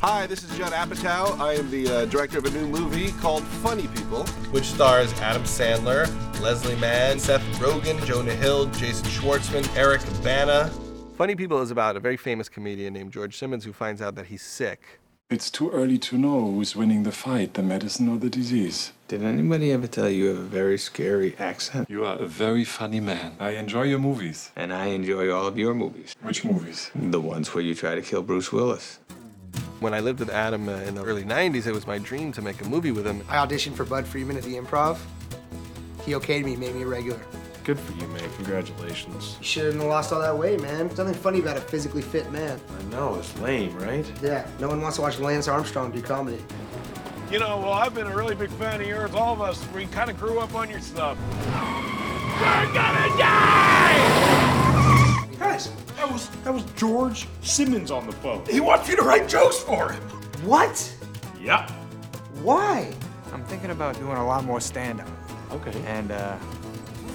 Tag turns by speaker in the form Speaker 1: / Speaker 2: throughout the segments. Speaker 1: Hi, this is Judd Apatow. I am the uh, director of a new movie called Funny People.
Speaker 2: which stars Adam Sandler, Leslie Mann, Seth Rogen, Jonah Hill, Jason Schwartzman, Eric Bana. Funny People is about a very famous comedian named George Simmons who finds out that he's sick.
Speaker 3: It's too early to know who's winning the fight, the medicine or the disease.
Speaker 4: Did anybody ever tell you you have a very scary accent?
Speaker 3: You are a very funny man. I enjoy your movies.
Speaker 4: And I enjoy all of your movies.
Speaker 3: Which movies?
Speaker 4: The ones where you try to kill Bruce Willis.
Speaker 2: When I lived with Adam uh, in the early 90s, it was my dream to make a movie with him.
Speaker 5: I auditioned for Bud Freeman at the Improv. He okayed me, made me a regular.
Speaker 6: Good for you, man. Congratulations.
Speaker 5: You should have lost all that weight, man. There's nothing funny about a physically fit man.
Speaker 6: I know, it's lame, right?
Speaker 5: Yeah, no one wants to watch Lance Armstrong do comedy.
Speaker 7: You know, well, I've been a really big fan of yours, all of us. We kind of grew up on your stuff. We're gonna die!
Speaker 5: Guys,
Speaker 8: That was that was George Simmons on the phone.
Speaker 6: He wants you to write jokes for him.
Speaker 5: what?
Speaker 8: Yep.
Speaker 5: Why?
Speaker 9: I'm thinking about doing a lot more stand up.
Speaker 6: Okay.
Speaker 9: And uh,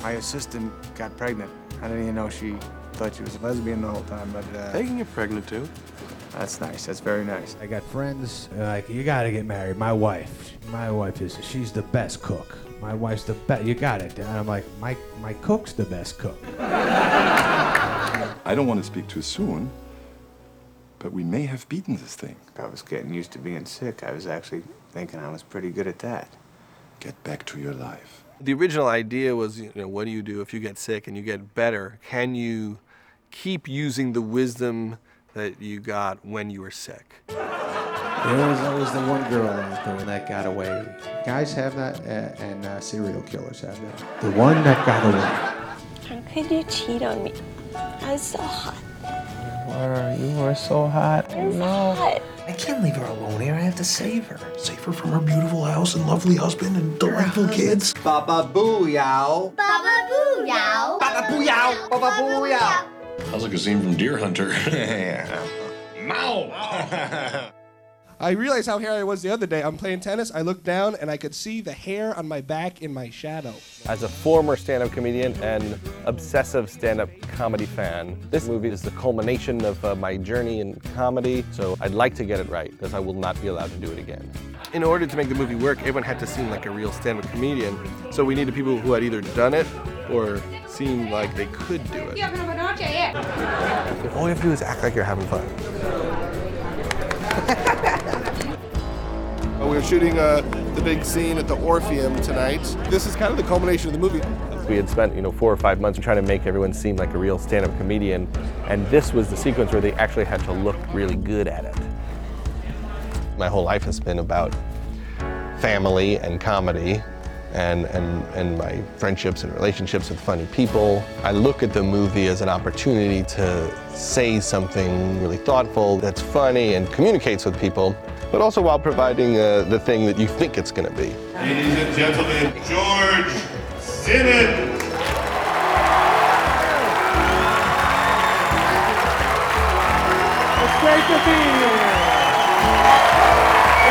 Speaker 9: my assistant got pregnant. I didn't even know she thought she was a lesbian the whole time, but
Speaker 6: They
Speaker 9: uh,
Speaker 6: can get pregnant too.
Speaker 9: that's nice. That's very nice.
Speaker 10: I got friends uh, like you got to get married. My wife, my wife is she's the best cook. My wife's the best. You got it. And I'm like my my cook's the best cook.
Speaker 3: I don't want to speak too soon, but we may have beaten this thing.
Speaker 9: I was getting used to being sick. I was actually thinking I was pretty good at that.
Speaker 3: Get back to your life.
Speaker 2: The original idea was, you know, what do you do if you get sick and you get better? Can you keep using the wisdom that you got when you were sick?
Speaker 4: There was always the one girl out there that got away. Guys have that, uh, and uh, serial killers have that. The one that got away.
Speaker 11: How could you cheat on me? I was so hot.
Speaker 9: Laura, you are so hot.
Speaker 11: I was hot.
Speaker 6: I can't leave her alone here. I have to save her. Save her from her beautiful house and lovely husband and delightful kids.
Speaker 5: Baba boo yow.
Speaker 11: Baba boo yow.
Speaker 5: Baba boo yow. Baba boo yow.
Speaker 8: Sounds like a scene from Deer Hunter.
Speaker 2: I realized how hairy I was the other day. I'm playing tennis. I looked down and I could see the hair on my back in my shadow. As a former stand up comedian and obsessive stand up comedy fan, this movie is the culmination of uh, my journey in comedy. So I'd like to get it right because I will not be allowed to do it again. In order to make the movie work, everyone had to seem like a real stand up comedian. So we needed people who had either done it or seemed like they could do it. All you have to do is act like you're having fun. Uh, We were shooting uh, the big scene at the Orpheum tonight. This is kind of the culmination of the movie. We had spent, you know, four or five months trying to make everyone seem like a real stand-up comedian, and this was the sequence where they actually had to look really good at it. My whole life has been about family and comedy, and and and my friendships and relationships with funny people. I look at the movie as an opportunity to say something really thoughtful, that's funny, and communicates with people, but also while providing uh, the thing that you think it's going to be.
Speaker 8: Ladies and gentlemen, George Simmons.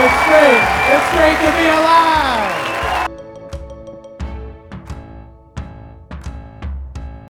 Speaker 10: It's great. It's great to be alive.